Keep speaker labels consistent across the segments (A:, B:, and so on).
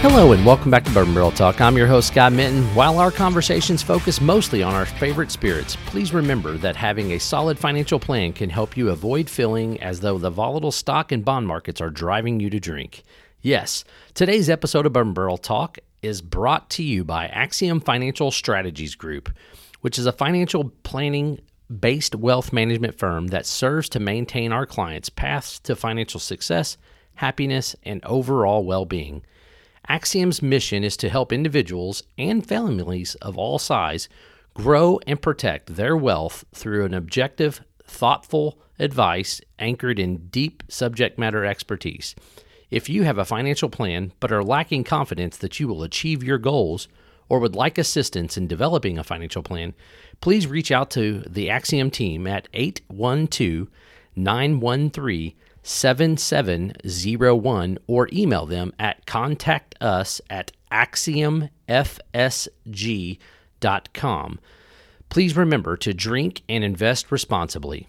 A: Hello and welcome back to Bourbon Barrel Talk. I'm your host, Scott Minton. While our conversations focus mostly on our favorite spirits, please remember that having a solid financial plan can help you avoid feeling as though the volatile stock and bond markets are driving you to drink. Yes, today's episode of Bourbon Barrel Talk is brought to you by Axiom Financial Strategies Group, which is a financial planning based wealth management firm that serves to maintain our clients' paths to financial success, happiness, and overall well being. Axiom's mission is to help individuals and families of all size grow and protect their wealth through an objective, thoughtful advice anchored in deep subject matter expertise. If you have a financial plan but are lacking confidence that you will achieve your goals or would like assistance in developing a financial plan, please reach out to the Axiom team at 812 913 7701 or email them at contact us at axiomfsg.com. Please remember to drink and invest responsibly.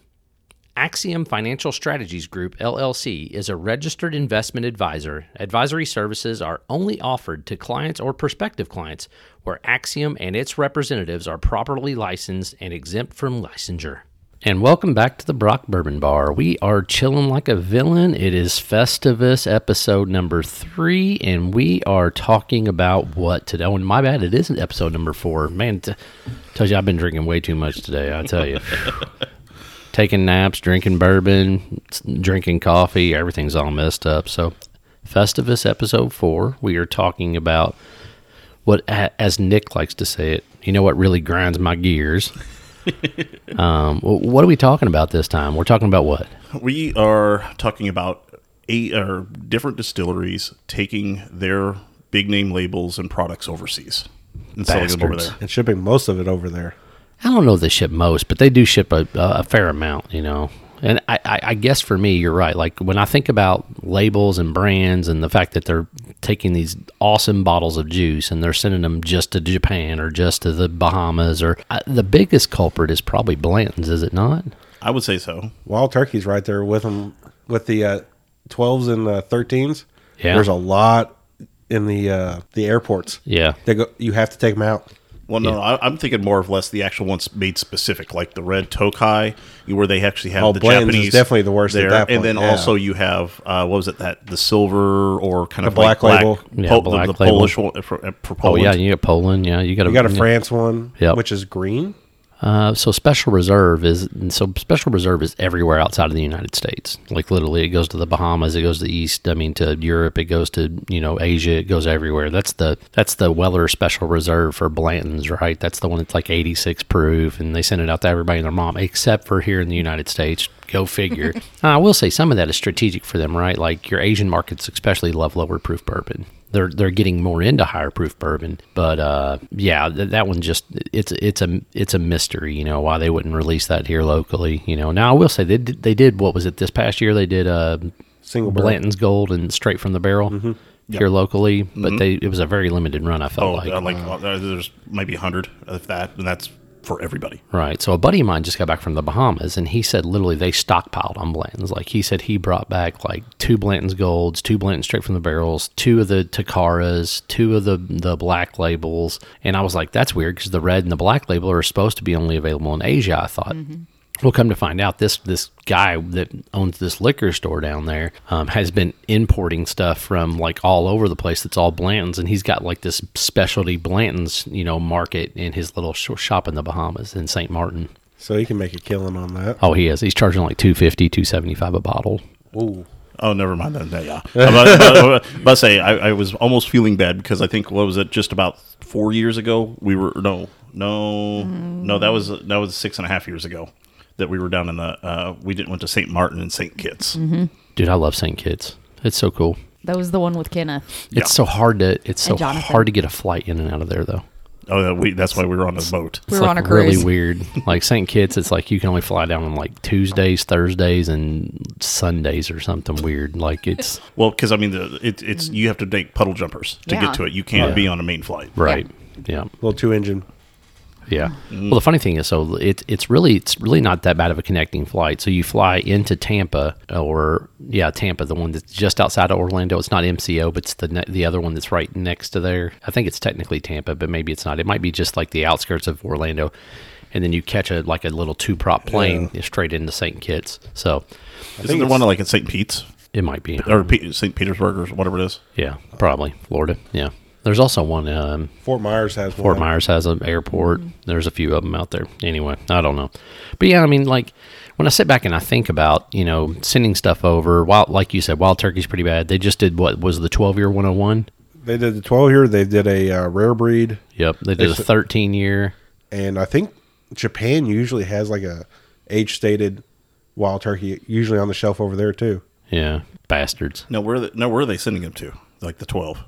A: Axiom Financial Strategies Group LLC is a registered investment advisor. Advisory services are only offered to clients or prospective clients where Axiom and its representatives are properly licensed and exempt from licensure. And welcome back to the Brock Bourbon Bar. We are chilling like a villain. It is Festivus episode number three, and we are talking about what today. Oh, and my bad, it isn't episode number four. Man, t- tells you I've been drinking way too much today. I tell you, taking naps, drinking bourbon, s- drinking coffee, everything's all messed up. So, Festivus episode four, we are talking about what, a- as Nick likes to say it, you know what really grinds my gears. Um, wh- what are we talking about this time? We're talking about what?
B: We are talking about eight or different distilleries taking their big name labels and products overseas and selling them over
A: Bastards.
B: there.
C: and shipping most of it over there.
A: I don't know if they ship most, but they do ship a, a fair amount, you know. And I, I, I guess for me, you're right. Like when I think about labels and brands and the fact that they're taking these awesome bottles of juice and they're sending them just to Japan or just to the Bahamas, or I, the biggest culprit is probably Blanton's, is it not?
B: I would say so.
C: Wild turkeys right there with them with the uh, 12s and uh, 13s.
A: Yeah.
C: There's a lot in the uh, the airports.
A: Yeah.
C: They go you have to take them out.
B: Well, no, I, I'm thinking more of less the actual ones made specific, like the red Tokai, where they actually have
C: Oh,
B: the
C: Blanton's is
B: Japanese.
C: definitely the worst at
B: there,
C: that
B: and
C: point,
B: then
C: yeah.
B: also you have uh, what was it that the silver or kind of
C: black
B: like
C: label.
A: Yeah,
B: Pol-
A: black
B: the, the
A: label.
B: Polish one uh, for, for
A: Oh,
B: Poland.
A: yeah. You got Poland. Yeah. You got a,
C: You got a France one,
A: Yep.
C: which is green.
A: Uh, so special reserve is so special reserve is everywhere outside of the United States. Like literally, it goes to the Bahamas, it goes to the East. I mean, to Europe, it goes to you know Asia, it goes everywhere. That's the that's the Weller Special Reserve for Blanton's, right? That's the one that's like 86 proof, and they send it out to everybody and their mom, except for here in the United States. Go figure. I will say some of that is strategic for them, right? Like your Asian markets, especially love lower proof bourbon they're they're getting more into higher proof bourbon. But uh, yeah, th- that one just it's it's a it's a mystery, you know, why they wouldn't release that here locally. You know, now I will say they did, they did what was it this past year? They did uh,
C: Single barrel. Mm-hmm.
A: Blanton's Gold and straight from the barrel here locally, but they it was a very limited run. I felt
B: Oh,
A: like
B: uh, like uh, there's maybe hundred of that, and that's for everybody.
A: Right. So a buddy of mine just got back from the Bahamas and he said literally they stockpiled on Blantons. Like he said he brought back like two Blanton's Golds, two Blantons straight from the barrels, two of the Takaras, two of the the black labels. And I was like, that's weird because the red and the black label are supposed to be only available in Asia, I thought. Well, come to find out, this this guy that owns this liquor store down there um, has been importing stuff from like all over the place. That's all Blanton's, and he's got like this specialty Blanton's, you know, market in his little sh- shop in the Bahamas in Saint Martin.
C: So you can make a killing on that.
A: Oh, he is. He's charging like 250 275 a bottle.
C: Ooh.
B: Oh, never mind. That, that- yeah. I'm about, about- about to say, I, I was almost feeling bad because I think what was it? Just about four years ago, we were no, no, no. That was that was six and a half years ago that we were down in the. Uh, we didn't went to St. Martin and St. Kitts.
D: Mm-hmm.
A: Dude, I love Saint Kitts. It's so cool.
D: That was the one with Kenneth.
B: Yeah.
A: It's so hard to it's so
D: And Jonathan.
A: hard to get a flight in and out of there though.
B: Oh, that we, that's why we were on the boat.
D: We
A: It's
D: were
A: like
D: on a cruise.
A: really weird. Like St. Kitts, it's like you can only fly down on like Tuesdays, Thursdays, and Sundays or something weird. Like it's
B: Well, because I mean, the, it, it's you have to take puddle jumpers to
D: Mm-hmm. Yeah.
B: get to it. You can't
A: Yeah.
B: be on a main flight.
A: right. Yeah.
C: Little two engine.
A: Yeah. Well, the funny thing is, so it, it's really it's really not that bad of a connecting flight. So you fly into Tampa, or yeah, Tampa, the one that's just outside of Orlando. It's not MCO, but it's the ne- the other one that's right next to there. I think it's technically Tampa, but maybe it's not. It might be just like the outskirts of Orlando, and then you catch a like a little two prop plane straight into St. Kitts. So
B: Isn't there one like at St. Pete's
A: it might be
B: or Pe- St. Petersburg or whatever it is?
A: yeah, probably Florida. Yeah. There's also one um,
C: Fort Myers has
A: Fort
C: one.
A: Myers has an airport. There's a few of them out there. Anyway, I don't know, but yeah, I mean, like when I sit back and I think about you know sending stuff over, wild like you said, wild turkey's pretty bad. They just did what was the twelve year one hundred one.
C: They did the 12 year. They did a uh, rare breed,
A: Yep, they did a
C: They s-
A: thirteen year.
C: and I think Japan usually has like a age stated wild turkey usually on the shelf over there too.
A: Yeah, bastards.
B: No, where are they, no, where are they sending them to? Like the twelve?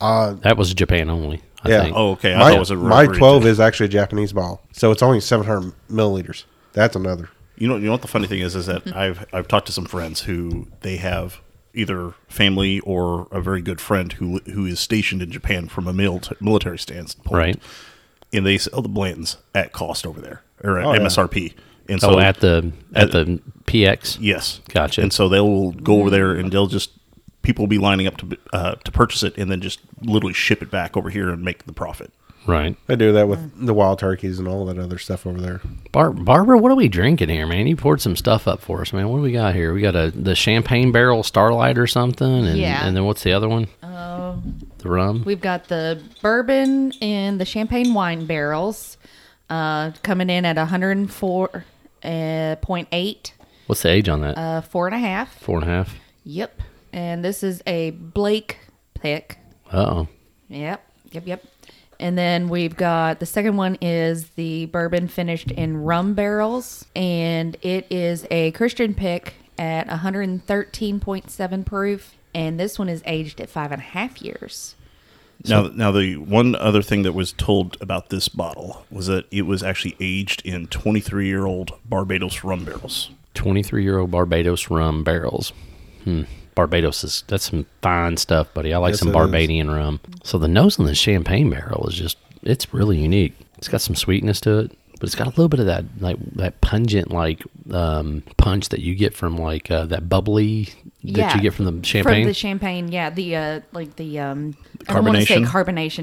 A: That was Japan only. I
C: Yeah.
A: Think.
B: Oh, okay. I
C: my
B: thought it was a
C: my
B: breed.
C: 12 is actually a Japanese ball, so it's only 700 milliliters. That's another.
B: You know, you know what the funny thing is is that I've I've talked to some friends who they have either family or a very good friend who who is stationed in Japan from a mil- military standpoint,
A: Right.
B: And they sell the Blantons at cost over there or at
C: Oh, yeah.
B: MSRP. And
A: Oh,
B: so
A: at the at the PX.
B: yes,
A: Gotcha.
B: And so they'll go over there and they'll just people will be lining up to b- uh, to purchase it and then just literally ship it back over here and make the profit.
A: Right,
C: They do that with the wild turkeys and all that other stuff over there.
A: Bar- Barbara. What are we drinking here, man? You poured some stuff up for us, man. What do we got here? We got a the champagne barrel starlight or something, and
D: Yeah.
A: and then what's the other one?
D: Oh,
A: The rum.
D: we've got the bourbon and the champagne wine barrels uh, coming in at 104.8, uh, point eight,
A: What's the age on that?
D: uh, four and a half.
A: Four and a half.
D: Yep. And this is a Blake pick.
A: Uh oh.
D: Yep. Yep. Yep. And then we've got the second one is the bourbon finished in rum barrels, and it is a Christian pick at 113.7 proof, and this one is aged at five and a half years.
B: now, now the one other thing that was told about this bottle was that it was actually aged in 23 year old Barbados rum barrels.
A: 23 year old Barbados rum barrels. Hmm. Barbados is, that's some fine stuff, buddy. I like
C: Yes,
A: some
C: it
A: Barbadian rum. So the nose on the champagne barrel is just, it's really unique. It's got some sweetness to it, but it's got a little bit of that, like, that pungent, like, um, punch that you get from, like, uh, that bubbly that you get from the champagne.
D: From the champagne, yeah. The uh, like the um, I don't want to say
B: Carbonation?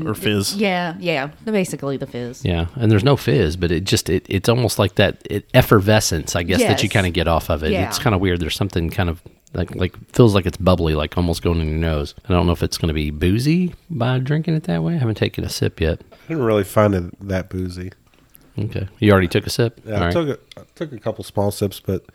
D: carbonation
B: Or fizz?
D: Yeah, yeah. The- Basically, the fizz.
A: yeah. And there's no fizz, but it just, it, it's almost like that it, effervescence, I guess, that you
D: Yes.
A: kind of get off of it.
D: Yeah.
A: It's kind of weird. There's something kind of like like feels like it's bubbly, like almost going in your nose. I don't know if it's going to be boozy by drinking it that way. I haven't taken a sip yet.
C: I didn't really find it that boozy.
A: Okay, you already took a sip.
C: Yeah, I
A: All right.
C: took a, I took a couple small sips, but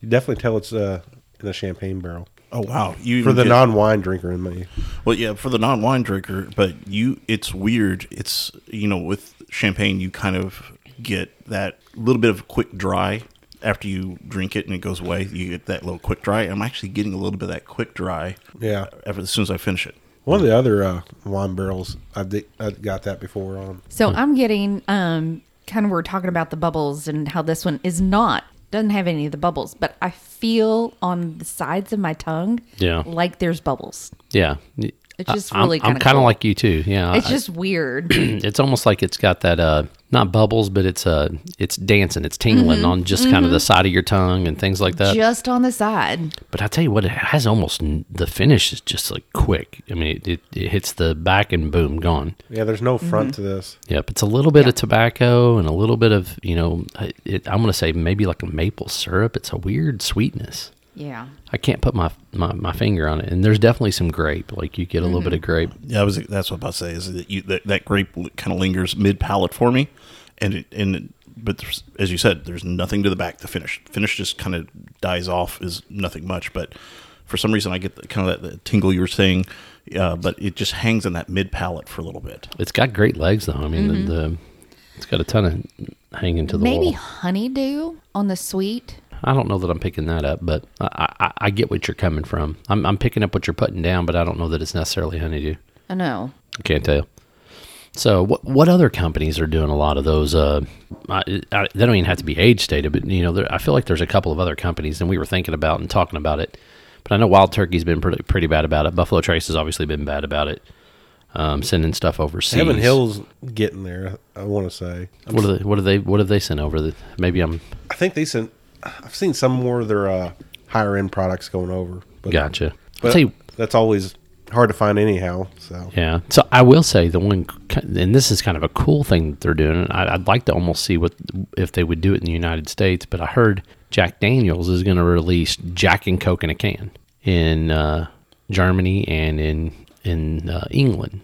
C: you definitely tell it's uh, in a champagne barrel
B: Oh wow! You
C: for
B: even
C: the
B: get-
C: non wine drinker in me.
B: well, yeah, for the non wine drinker, but you, it's weird. It's you know, with champagne, you kind of get that little bit of quick dry after you drink it, and it goes away. You get that little quick dry. I'm actually getting a little bit of that quick dry.
C: Yeah.
B: After, as soon as I finish it.
C: One of the other uh, wine barrels, I, di- I got that before on.
D: So I'm getting um kind of we're talking about the bubbles and how this one is not doesn't have any of the bubbles, but I feel on the sides of my tongue
A: Yeah.
D: like there's bubbles.
A: yeah.
D: It's just
A: I, I'm-
D: really
A: I'm
D: kinda
A: kind of
D: cool.
A: like you too. Yeah.
D: It's
A: I-
D: just weird.
A: it's almost like it's got that uh not bubbles, but it's uh it's dancing, it's tingling
D: Mm-hmm.
A: on just kind of the side of your tongue and things like that.
D: just on the side.
A: But I tell you what, it has almost n- the finish is just like quick. I mean, it, it, it hits the back and boom, gone.
C: Yeah, there's no front
A: Mm-hmm.
C: to this.
A: Yep, it's a little bit of tobacco and a little bit of you know, I- it, I'm gonna say maybe like a maple syrup. It's a weird sweetness.
D: Yeah.
A: I can't put my my, my finger on it, and there's definitely some grape. Like you get a little bit of grape.
B: Yeah, I was. That's what I'm about to say. Is that you, that, that grape kind of lingers mid palate for me, and it, and it, but there's- as you said, there's nothing to the back. The finish finish just kind of dies off. Is nothing much, but for some reason I get the, kind of that the tingle you were saying, uh, but it just hangs in that mid palate for a little bit.
A: It's got great legs though. I mean, the, the it's got a ton of hanging to the
D: Maybe
A: wall.
D: honeydew on the sweet.
A: I don't know that I'm picking that up, but I, I, I get what you're coming from. I'm, I'm picking up what you're putting down, but I don't know that it's necessarily honeydew.
D: I know.
A: I can't tell. So what what other companies are doing a lot of those? Uh, I, I, they don't even have to be age stated, but you know, there, I feel like there's a couple of other companies, and we were thinking about and talking about it. But I know Wild Turkey's been pretty, pretty bad about it. Buffalo Trace has obviously been bad about it. um, sending stuff overseas.
C: Heaven Hill's getting there. I want to say. I'm
A: What are they? What are they? What have they sent over? The, maybe I'm
C: I think they sent. I've seen some more of their uh, higher end products going over. But,
A: gotcha. I'll
C: But
A: tell you-
C: that's always hard to find anyhow. So
A: Yeah. So I will say the one, and this is kind of a cool thing that they're doing. and I, I'd like to almost see what if they would do it in the United States. But I heard Jack Daniels is going to release Jack and Coke in a can in uh, Germany and in in uh, England.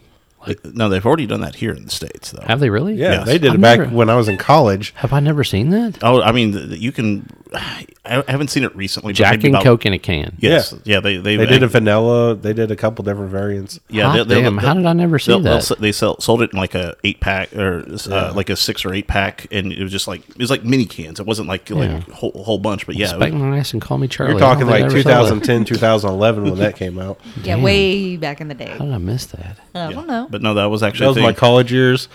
B: No, they've already done that here in the states, though.
A: Have they really?
C: yeah,
B: Yes.
C: they did
A: I've
C: it back
A: never-
C: when Uh, I was in college.
A: Have I never seen that?
B: Oh, I mean, th- you can. I haven't seen it recently. but
A: Jack
B: maybe
A: and
B: about-
A: Coke in a can.
B: Yes,
C: Yeah.
B: yeah, they they,
C: They did a vanilla. They did a couple different variants.
B: Yeah,
A: Hot damn, how did I never see
B: they'll- they'll
A: that?
B: s- they sell, sold it in like a eight pack or uh, like a six or eight pack, and it was just like it was like mini cans. It wasn't like like
A: Yeah.
B: whole, whole bunch, but yeah, it
A: Spank
B: was-
A: my ass and call me Charlie.
C: You're
A: I don't
C: talking
A: think I
C: like
A: ever saw that.
C: 2010, 2011 when that came out.
D: Yeah, way back in the day.
A: How did I miss that?
D: I
B: yeah.
D: don't know.
B: But no, that was actually
C: That
B: a
C: was my
B: thing.
C: college years.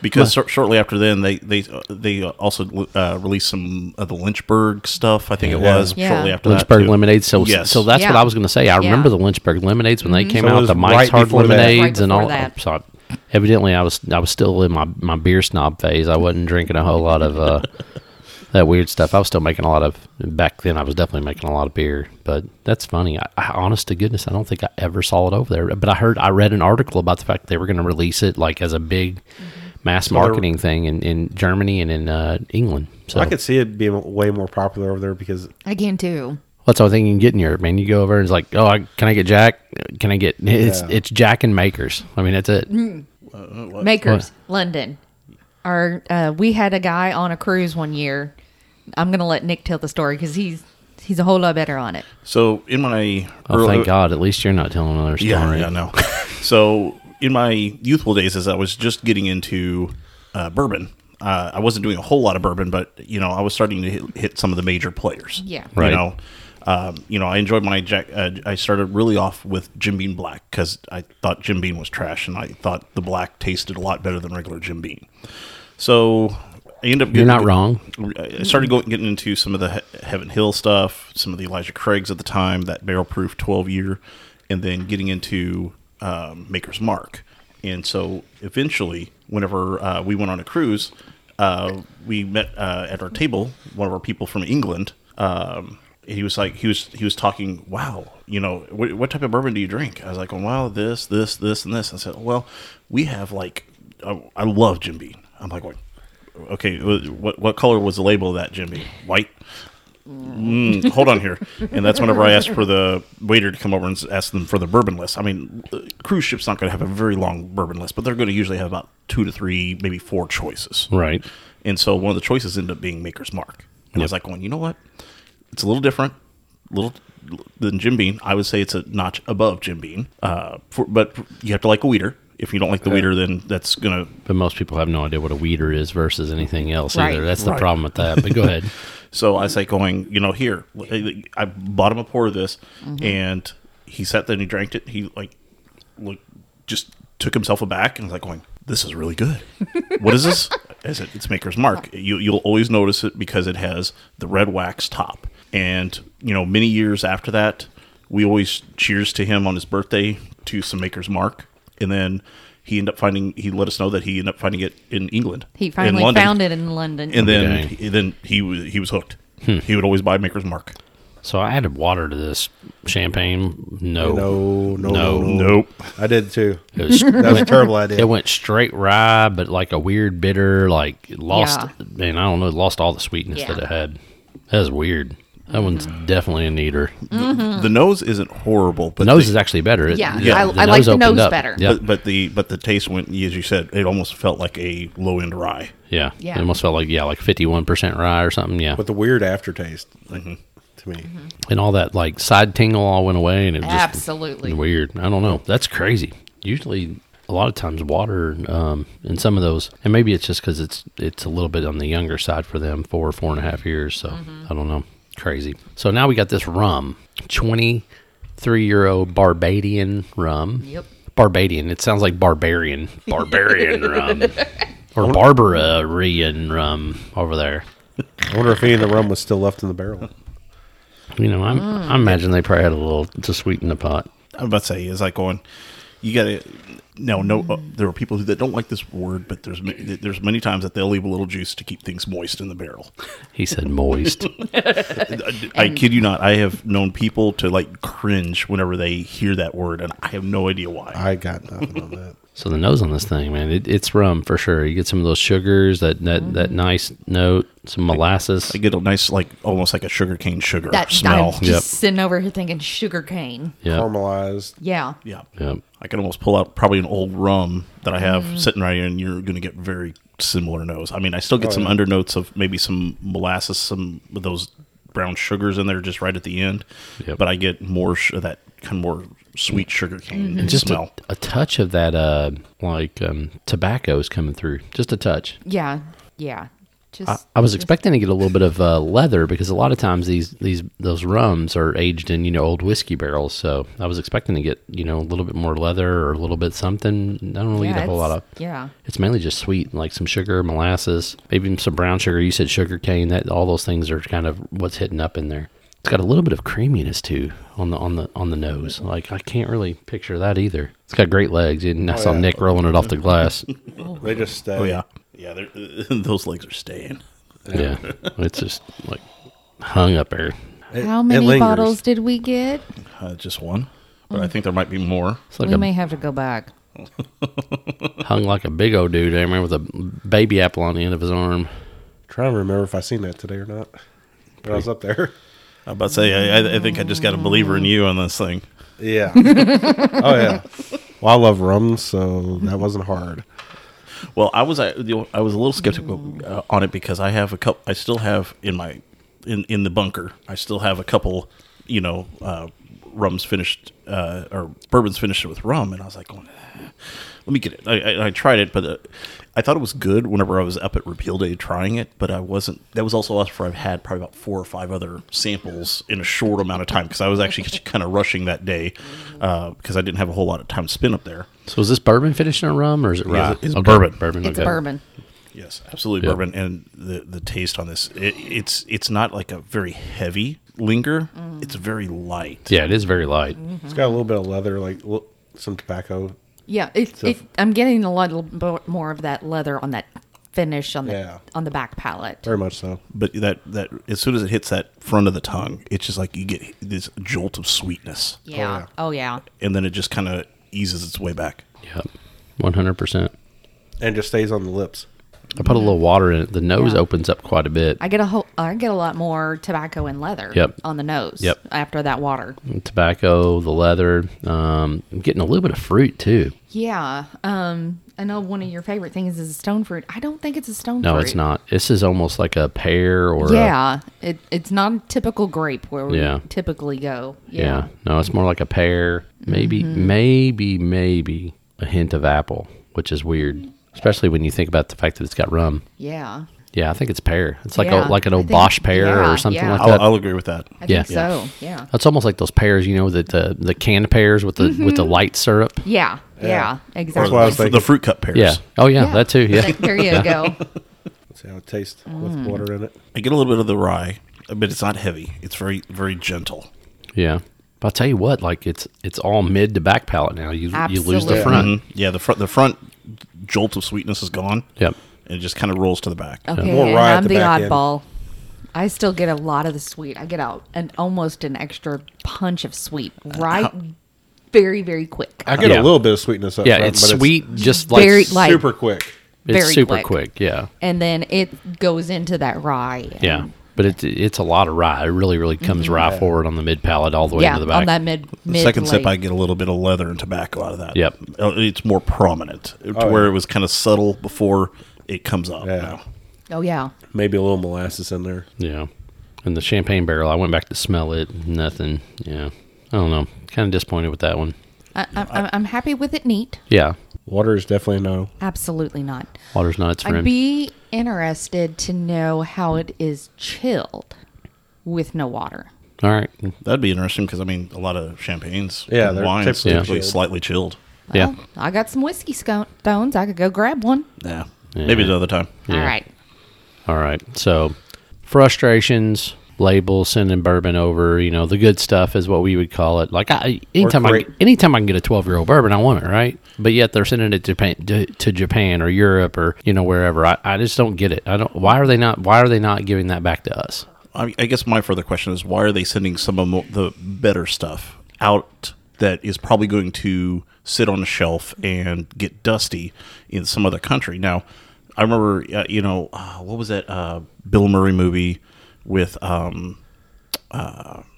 B: because shor- shortly after then they they uh, they also uh, released some of the Lynchburg stuff. I think it
C: Yeah.
B: was
D: Yeah.
B: shortly after that,
A: Lynchburg
B: too.
A: lemonades. So,
B: Yes.
A: so that's what
D: Yeah.
A: I was going to say. I
D: Yeah. Mm-hmm.
A: remember the Lynchburg lemonades when they came
C: So it
A: out.
C: was
A: The Mike's
C: right
A: Hard
C: before that.
A: lemonades
D: Right
A: and all.
D: before that.
A: So I- evidently, I was I was still in my, my beer snob phase. I wasn't drinking a whole lot of uh, that weird stuff. I was still making a lot of back then. I was definitely making a lot of beer. But that's funny. I, I, honest to goodness, I don't think I ever saw it over there. But I heard I read an article about the fact they were going to release it like as a big
D: Mm-hmm.
A: mass
C: they're-
A: marketing thing in, in Germany and in uh, England. So
C: I could see it being way more popular over there because
D: I can too.
A: That's the only thing you can get in Europe, man. You go over and it's like, oh, I, can I get Jack? Can I get it's
C: Yeah.
A: it's Jack and Makers. I mean, that's it.
D: Mm. Makers, London. Our uh, we had a guy on a cruise one year. I'm gonna let Nick tell the story because he's he's a whole lot better on it.
B: So in my
A: Oh,
B: early-
A: thank God. At least you're not telling another story.
B: Yeah, yeah, no. so in my youthful days, as I was just getting into uh, bourbon, uh, I wasn't doing a whole lot of bourbon, but you know, I was starting to hit, hit some of the major players.
D: Yeah.
A: Right.
B: You know, um, you know, I enjoyed my Jack. Uh, I started really off with Jim Beam Black because I thought Jim Beam was trash, and I thought the black tasted a lot better than regular Jim Beam. So. I end up
A: You're
B: getting-
A: not wrong.
B: I started going getting into some of the he- Heaven Hill stuff, some of the Elijah Craig's at the time, that barrel proof twelve year, and then getting into um, Maker's Mark. And so eventually, whenever uh, we went on a cruise, uh, we met uh, at our table one of our people from England. Um, he was like he was he was talking. Wow, you know what, what type of bourbon do you drink? I was like, well, wow, this, this, this, and this. I said, well, we have like I, I love Jim Beam. I'm like, what? okay, what what color was the label of that, Jimmy? White. Mm, hold on here, and that's whenever I asked for the waiter to come over and s- ask them for the bourbon list. I mean, uh, cruise ships not going to have a very long bourbon list, but they're going to usually have about two to three, maybe four choices.
A: Right.
B: And so one of the choices ended up being Maker's Mark, and I was like, going, you know what? It's a little different, little than Jim Bean. I would say it's a notch above Jim Bean, uh, for, but you have to like a weeder. If you don't like the weeder, then that's going to
A: But most people have no idea what a weeder is versus anything else
D: Right.
A: either. That's the problem with that. But go ahead.
B: So I was like going, you know, here, I bought him a pour of this,
D: Mm-hmm.
B: and he sat there and he drank it. He like, look, just took himself aback and was like going, this is really good. what is this? I said, it's Maker's Mark. You, you'll always notice it because it has the red wax top. And you know, many years after that, we always cheers to him on his birthday to some Maker's Mark, and then. He ended up finding. He let us know that he ended up finding it in England.
D: He
B: in
D: finally
B: London.
D: found it in London.
B: And then,
A: Okay.
B: he- then he was he was hooked. He would always buy Maker's Mark.
A: So I added water to this champagne. No.
C: no, no, no,
A: No.
C: no. I did too.
A: It, was,
C: That was a terrible idea.
A: it went straight rye, but like a weird bitter, like it lost, and I don't know, it lost all the sweetness
D: Yeah. Mm-hmm.
A: that it had. That was weird. That one's definitely an eater.
B: The nose isn't horrible, but
A: nose
B: the,
A: is actually better. It-
D: Yeah,
A: the-
D: I- I like the
A: opened
D: nose
A: up.
D: better.
A: Yeah,
B: but, but the but the taste went as you said. It almost felt like a low end rye.
A: yeah,
D: Yeah.
A: It almost felt like yeah, like fifty one percent rye or something. Yeah,
C: with the weird aftertaste like,
B: Mm-hmm.
C: to me.
A: and all that like side tingle all went away, and it was just
D: Absolutely.
A: weird. I don't know. That's crazy. Usually, a lot of times, water um, and some of those, and maybe it's just because it's it's a little bit on the younger side for them, four four and a half years. So
D: Mm-hmm.
A: I don't know. Crazy. So now we got this rum, twenty three year old Barbadian rum.
D: Yep.
A: Barbadian. It sounds like barbarian. Barbarian rum. Or Barbarian rum over there.
C: I wonder if any of the rum was still left in the barrel.
D: Mm.
A: You know, I'm, I imagine they probably had a little to sweeten the pot.
B: I'm about to say is like going, you gotta no no uh, there are people who, that don't like this word but there's ma- there's many times that they'll leave a little juice to keep things moist in the barrel
A: He said moist.
B: i kid you not i have known people to like cringe whenever they hear that word and i have no idea why
C: I got nothing on that.
A: so the nose on this thing, man, it, it's rum for sure. You get some of those sugars, that that,
D: Mm-hmm.
A: that nice note, some molasses.
B: i get a nice like almost like a sugarcane sugar
D: That I'm
B: smell
D: just sitting over here thinking sugar cane.
A: yep.
C: Caramelized.
D: Yeah.
B: yeah
A: Yep.
B: i can almost pull out probably an old rum that i have sitting right here and you're gonna get very similar nose i mean i still get some undernotes of maybe some molasses some of those brown sugars in there just right at the end
A: Yep.
B: but i get more sh- that kind of more sweet sugar cane
A: Just a,
B: smell
A: a touch of that, uh, like um, tobacco is coming through. Just a touch.
D: Yeah. Yeah. Just
A: I was expecting to get a little bit of uh, leather because a lot of times these these those rums are aged in you know old whiskey barrels. So I was expecting to get you know a little bit more leather or a little bit something. I don't really
D: yeah,
A: get a whole lot
D: it's-
A: of.
D: Yeah.
A: It's mainly just sweet, like some sugar, molasses, maybe even some brown sugar. You said sugar cane. That all those things are kind of what's hitting up in there. It's got a little bit of creaminess too on the on the on the nose. Like I can't really picture that either. It's got great legs, and I saw
C: yeah.
A: Nick rolling it off the glass.
C: They just stay.
B: oh yeah yeah they're- those legs are staying
A: yeah, it's just like hung up there.
D: How
C: lingers.
D: many bottles did we get?
B: uh, just one but i think there might be more
A: It's like
D: we
A: a
D: may have to go back.
A: hung like a big old dude there, man, with a baby apple on the end of his arm.
C: Trying to remember if I seen that today or not. But I was up there.
B: i'm about to say I, I- I think i just got a believer in you on this thing
C: Yeah. oh yeah. Well, I love rum, so that wasn't hard.
B: Well, I was I, you know, I was a little skeptical uh, on it because I have a couple. I still have in my in in the bunker. I still have a couple. You know, uh, rums finished uh, or bourbons finished with rum, and I was like, "Oh, nah. let me get it. I, I, I tried it, but uh, I thought it was good. Whenever I was up at Repeal Day trying it, but I wasn't. That was also after I've had probably about four or five other samples in a short amount of time because I was actually kind of rushing that day uh, because I didn't have a whole lot of time to spend up there.
A: So is this bourbon finished in a rum or is it rye?
B: it's- it's
A: oh, bourbon. Bourbon.
D: It's
A: okay.
D: bourbon.
B: Yes, absolutely
A: Yep.
B: bourbon, and the the taste on this it, it's it's not like a very heavy linger.
C: Mm.
B: It's very light.
A: Yeah, it is very light.
D: Mm-hmm.
C: It's got a little bit of leather, like l- some tobacco.
D: Yeah, it, it, I'm getting a lot bo- more of that leather on that finish on the
C: Yeah. Oh,
D: on the back palate.
C: Very much so.
B: But that that as soon as it hits that front of the tongue, it's just like you get this jolt of sweetness,
D: Yeah. Oh yeah.
B: and then it just kind of eases its way back.
A: Yep. One hundred percent.
C: And just stays on the lips.
A: I put a little water in it. The nose
D: Yeah.
A: opens up quite a bit.
D: I get a whole. I get a lot more tobacco and leather.
A: Yep.
D: On the nose.
A: Yep.
D: After that water.
A: Tobacco, the leather. Um, I'm getting a little bit of fruit too.
D: Yeah. Um. I know one of your favorite things is stone fruit. I don't think it's a stone
A: No,
D: fruit.
A: it's not. This is almost like a pear or a-
D: Yeah. It, it's not a typical grape where we
A: Yeah.
D: typically go.
A: yeah. No, it's more like a pear. Maybe,
D: Mm-hmm.
A: maybe, maybe a hint of apple, which is weird, especially when you think about the fact that it's got rum.
D: Yeah.
A: Yeah, I think it's pear. It's like a,
D: Yeah,
A: like an
D: I
A: old
D: think-
A: Bosch pear
D: yeah,
A: or something
D: yeah.
A: like
B: I'll,
A: that.
B: I'll agree with that.
D: I
A: Yeah.
D: think so. Yeah.
A: That's almost like those pears, you know, that the the canned pears with the with
D: Mm-hmm.
A: the light syrup.
D: Yeah. Yeah.
C: That's
D: Exactly.
C: why I was
B: The,
C: thinking.
B: fruit cut pears.
A: Yeah. Oh yeah,
D: Yeah.
A: that too. Yeah.
D: Like, there you go.
C: Let's see how it tastes
D: Mm.
C: with water in it.
B: I get a little bit of the rye, but it's not heavy. It's very very gentle.
A: yeah. But I'll tell you what, like it's it's all mid to back palate now. You you lose the
D: Absolutely.
A: front.
C: Mm-hmm.
B: Mhm. Yeah, the front the front jolt of sweetness is gone.
A: Yep.
B: and it just kind of rolls to the back.
D: Okay,
C: More
D: and
C: rye at
D: I'm
C: the
D: the,
C: back end.
D: oddball. I still get a lot of the sweet. I get out an almost an extra punch of sweet
A: Uh,
D: right very very quick.
C: I get
A: Yeah.
C: a little bit of sweetness up
A: Yeah,
C: front,
A: it's
C: but
A: sweet just like
D: Very
A: s-
D: light.
C: super quick.
A: it's
D: very
A: super
D: quick.
A: quick. Yeah.
D: and then it goes into that rye. and-
A: Yeah. But it's it's a lot of rye. It really, really comes rye forward on the mid palate all the way
D: Mm-hmm. Yeah,
A: into the back.
D: on that mid
B: The
D: mid
B: second sip,
D: late.
B: I get a little bit of leather and tobacco out of that.
A: Yep.
B: Uh, It's more prominent to where it was kind of subtle before it comes up.
C: Oh, Yeah.
B: now.
D: Oh yeah.
C: Maybe a little molasses in there.
A: Yeah. And the champagne barrel, I went back to smell it. Nothing. Yeah. I don't know. Kind of disappointed with that one.
D: I, I, I'm, I'm happy with it neat.
A: Yeah.
C: Water is definitely no.
D: Absolutely not.
A: Water's not its friend.
D: I'd be interested to know how it is chilled with no water.
A: all right.
B: That'd be interesting because, I mean, a lot of champagnes,
C: Yeah,
B: and
C: they're
B: wines
C: typically
B: typically
C: chilled.
B: slightly chilled.
A: yeah.
D: I got some whiskey sco- stones. I could go grab one.
B: Yeah. Maybe another time.
A: Yeah.
D: All right.
A: All right. So frustrations, label, sending bourbon over. You know, the good stuff is what we would call it. Like I, anytime I
C: grape.
A: anytime I can get a twelve year old bourbon, I want it, right? But yet they're sending it to Japan, to, to Japan or Europe or you know wherever. I, I just don't get it. I don't. Why are they not? Why are they not giving that back to us?
B: I, I guess my further question is why are they sending some of mo- the better stuff out that is probably going to sit on a shelf and get dusty in some other country? Now, I remember, uh, you know, uh, what was that uh, Bill Murray movie with um,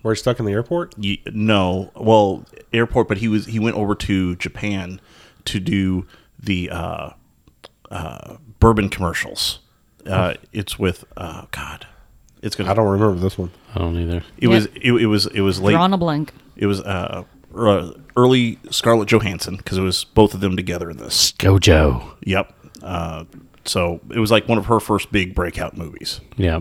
C: We're stuck in the airport.
B: y- no, well, airport, but he was he went over to Japan to do the uh, uh, bourbon commercials. Uh, it's with uh, God. It's gonna.
C: Oh. I don't remember this one.
A: I don't either.
B: It
D: Yeah.
B: was it, it was it was late.
D: Drawn a blank.
B: It was uh, uh early Scarlett Johansson because it was both of them together in this.
A: Gojo.
B: Yep. Uh, so it was like one of her first big breakout movies.
A: Yeah.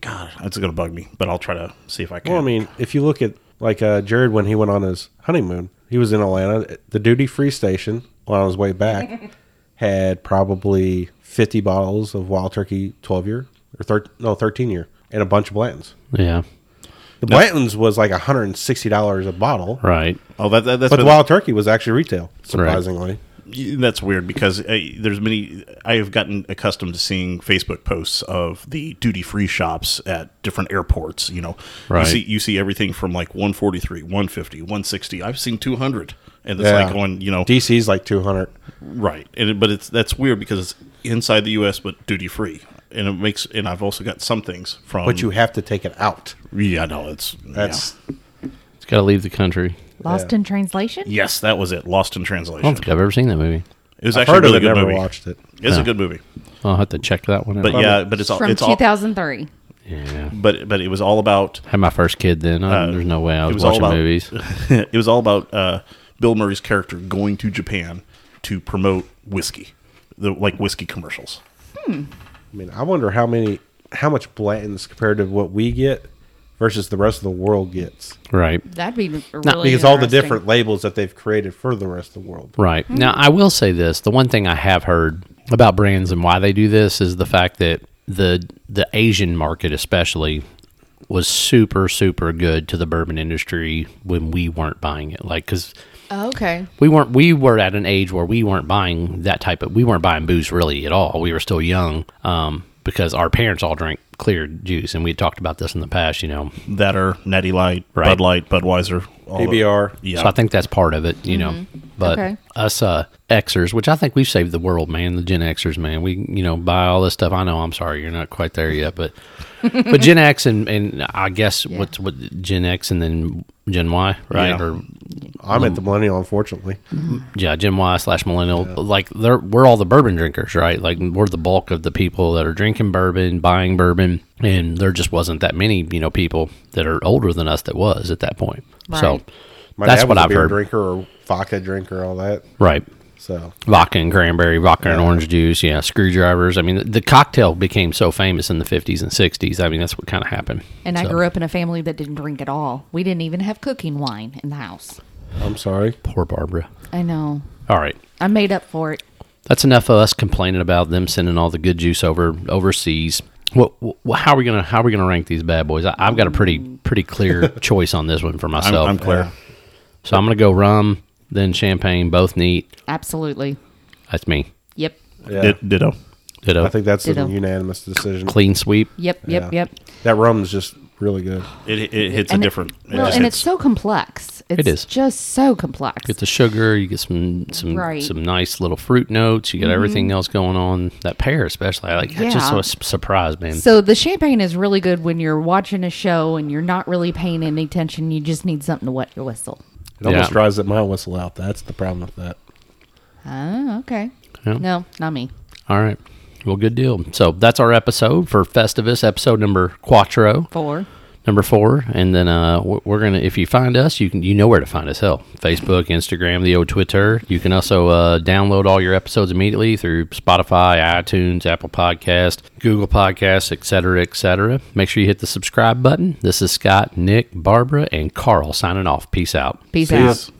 B: God, that's gonna bug me, but I'll try to see if I can.
C: Well, I mean, if you look at like uh, Jared when he went on his honeymoon, he was in Atlanta. at The duty free station on his way back had probably fifty bottles of Wild Turkey twelve year or thir- no thirteen year and a bunch of Blantons.
A: Yeah.
C: The Blantons was like hundred and sixty dollars a bottle,
A: Right.
B: oh, that, that that's
C: but the
B: been-
C: Wild Turkey was actually retail, surprisingly.
B: y- that's weird because uh, there's many. I have gotten accustomed to seeing Facebook posts of the duty free shops at different airports. You know,
A: Right.
B: you see you see everything from like 143, 150, 160. I've seen 200, and it's
C: Yeah.
B: like on you know
C: DC's like two hundred.
B: Right, and it- but it's that's weird because it's inside the U.S. but duty free, and it makes. And I've also got some things from.
C: But you have to take it out.
B: yeah, no, it's
C: That's
A: It's got to leave the country.
D: Lost in translation?
B: yeah. yes, that was it. Lost in
A: I
B: translation.
A: don't think I've ever seen that movie.
B: It was
C: I've
B: actually a
C: heard of
B: really
C: it,
B: good
C: never
B: movie.
C: watched it.
B: It's
A: Yeah.
B: a good movie,
A: I'll have to check that one out.
B: but yeah, but it's all
D: From
B: it's all.
D: 2003.
A: yeah.
B: But but it was all about
A: Had my first kid then. I- there's no way I was,
B: Uh, was all
A: watching
B: about-
A: movies.
B: it was all about uh, Bill Murray's character going to Japan to promote whiskey, the like whiskey commercials.
C: I mean, I wonder how many, how much Blantons compared to what we get versus the rest of the world gets.
A: Right.
D: That'd be really
C: because all the
D: interesting.
C: different labels that they've created for the rest of the world.
A: Right. Now, I will say this. The one thing I have heard about brands and why they do this is the fact that the the Asian market especially was super super good to the bourbon industry when we weren't buying it. Like cuz
D: Oh, okay.
A: we weren't we were at an age where we weren't buying that type of we weren't buying booze really at all. We were still young um because our parents all drank clear juice and we had talked about this in the past, you know.
B: That are Natty Light,
A: Right.
B: Bud Light, Budweiser, all the-
C: ABR.
B: Yeah,
A: So I think that's part of it, you know. But
D: Mm-hmm. Okay.
A: us uh, Xers, which I think we've saved the world, man. The Gen Xers, man. We you know buy all this stuff. I know. I'm sorry, you're not quite there yet, but but Gen X and and I guess what's what Gen X and then Gen Y, right?
B: Yeah.
A: Or
C: I'm
A: Mm.
C: at the millennial, unfortunately.
A: yeah, Gen Y slash millennial. Like they're we're all the bourbon drinkers, right? Like we're the bulk of the people that are drinking bourbon, buying bourbon, and there just wasn't that many you know people that are older than us that was at that point. So
D: Right.
C: My
A: that's
C: dad
A: what
C: was a
A: I've
C: beer
A: heard,
C: drinker or vodka drinker, all that.
A: right?
C: So
A: vodka and cranberry, vodka and orange juice, yeah, screwdrivers. I mean, the cocktail became so famous in the 50s and 60s. I mean, that's what kind of happened.
D: And I
A: So,
D: grew up in a family that didn't drink at all. We didn't even have cooking wine in the house.
C: I'm sorry.
A: poor Barbara.
D: I know.
A: All right.
D: I made up for it.
A: That's enough of us complaining about them sending all the good juice over overseas. What, what how are we going to how are we going to rank these bad boys? I, I've got a pretty pretty clear choice on this one for
B: I'm,
A: myself.
B: I'm clear.
A: so I'm going to go rum, then champagne, both neat.
D: Absolutely.
A: That's me.
D: Yep.
C: Yeah.
B: Did- ditto.
A: Ditto.
C: I think that's a
D: Ditto.
C: unanimous decision.
A: clean sweep.
D: Yep. Yep.
C: Yeah.
D: Yep.
C: That rum's just really good.
B: It, it hits
D: And
B: a
D: it-
B: different. it
D: well,
B: just
D: and
B: hits-
D: it's so complex. It's
A: is.
D: just so complex.
A: get the sugar, you get some some
D: Right. Mm-hmm.
A: some nice little fruit notes, you get everything else going on. That pear especially, I like that's just so
D: Yeah.
A: su- surprised, man.
D: so the champagne is really good when you're watching a show and you're not really paying any attention. You just need something to wet your whistle.
C: It almost
A: Yeah.
C: drives that my whistle out. That's the problem with that.
D: Oh, okay.
A: Yeah.
D: No, not me.
A: All right. Well, good deal. So that's our episode for Festivus, episode number quattro,
D: Four.
A: number four, and then uh, we're we're gonna. If you find us, you can you know where to find us. Hell, Facebook, Instagram, the old Twitter. You can also uh, download all your episodes immediately through Spotify, iTunes, Apple Podcast, Google Podcasts, etc., cetera, etc. Cetera. Make sure you hit the subscribe button. This is Scott, Nick, Barbara, and Carl signing off. Peace out.
D: Peace, out.
B: Peace.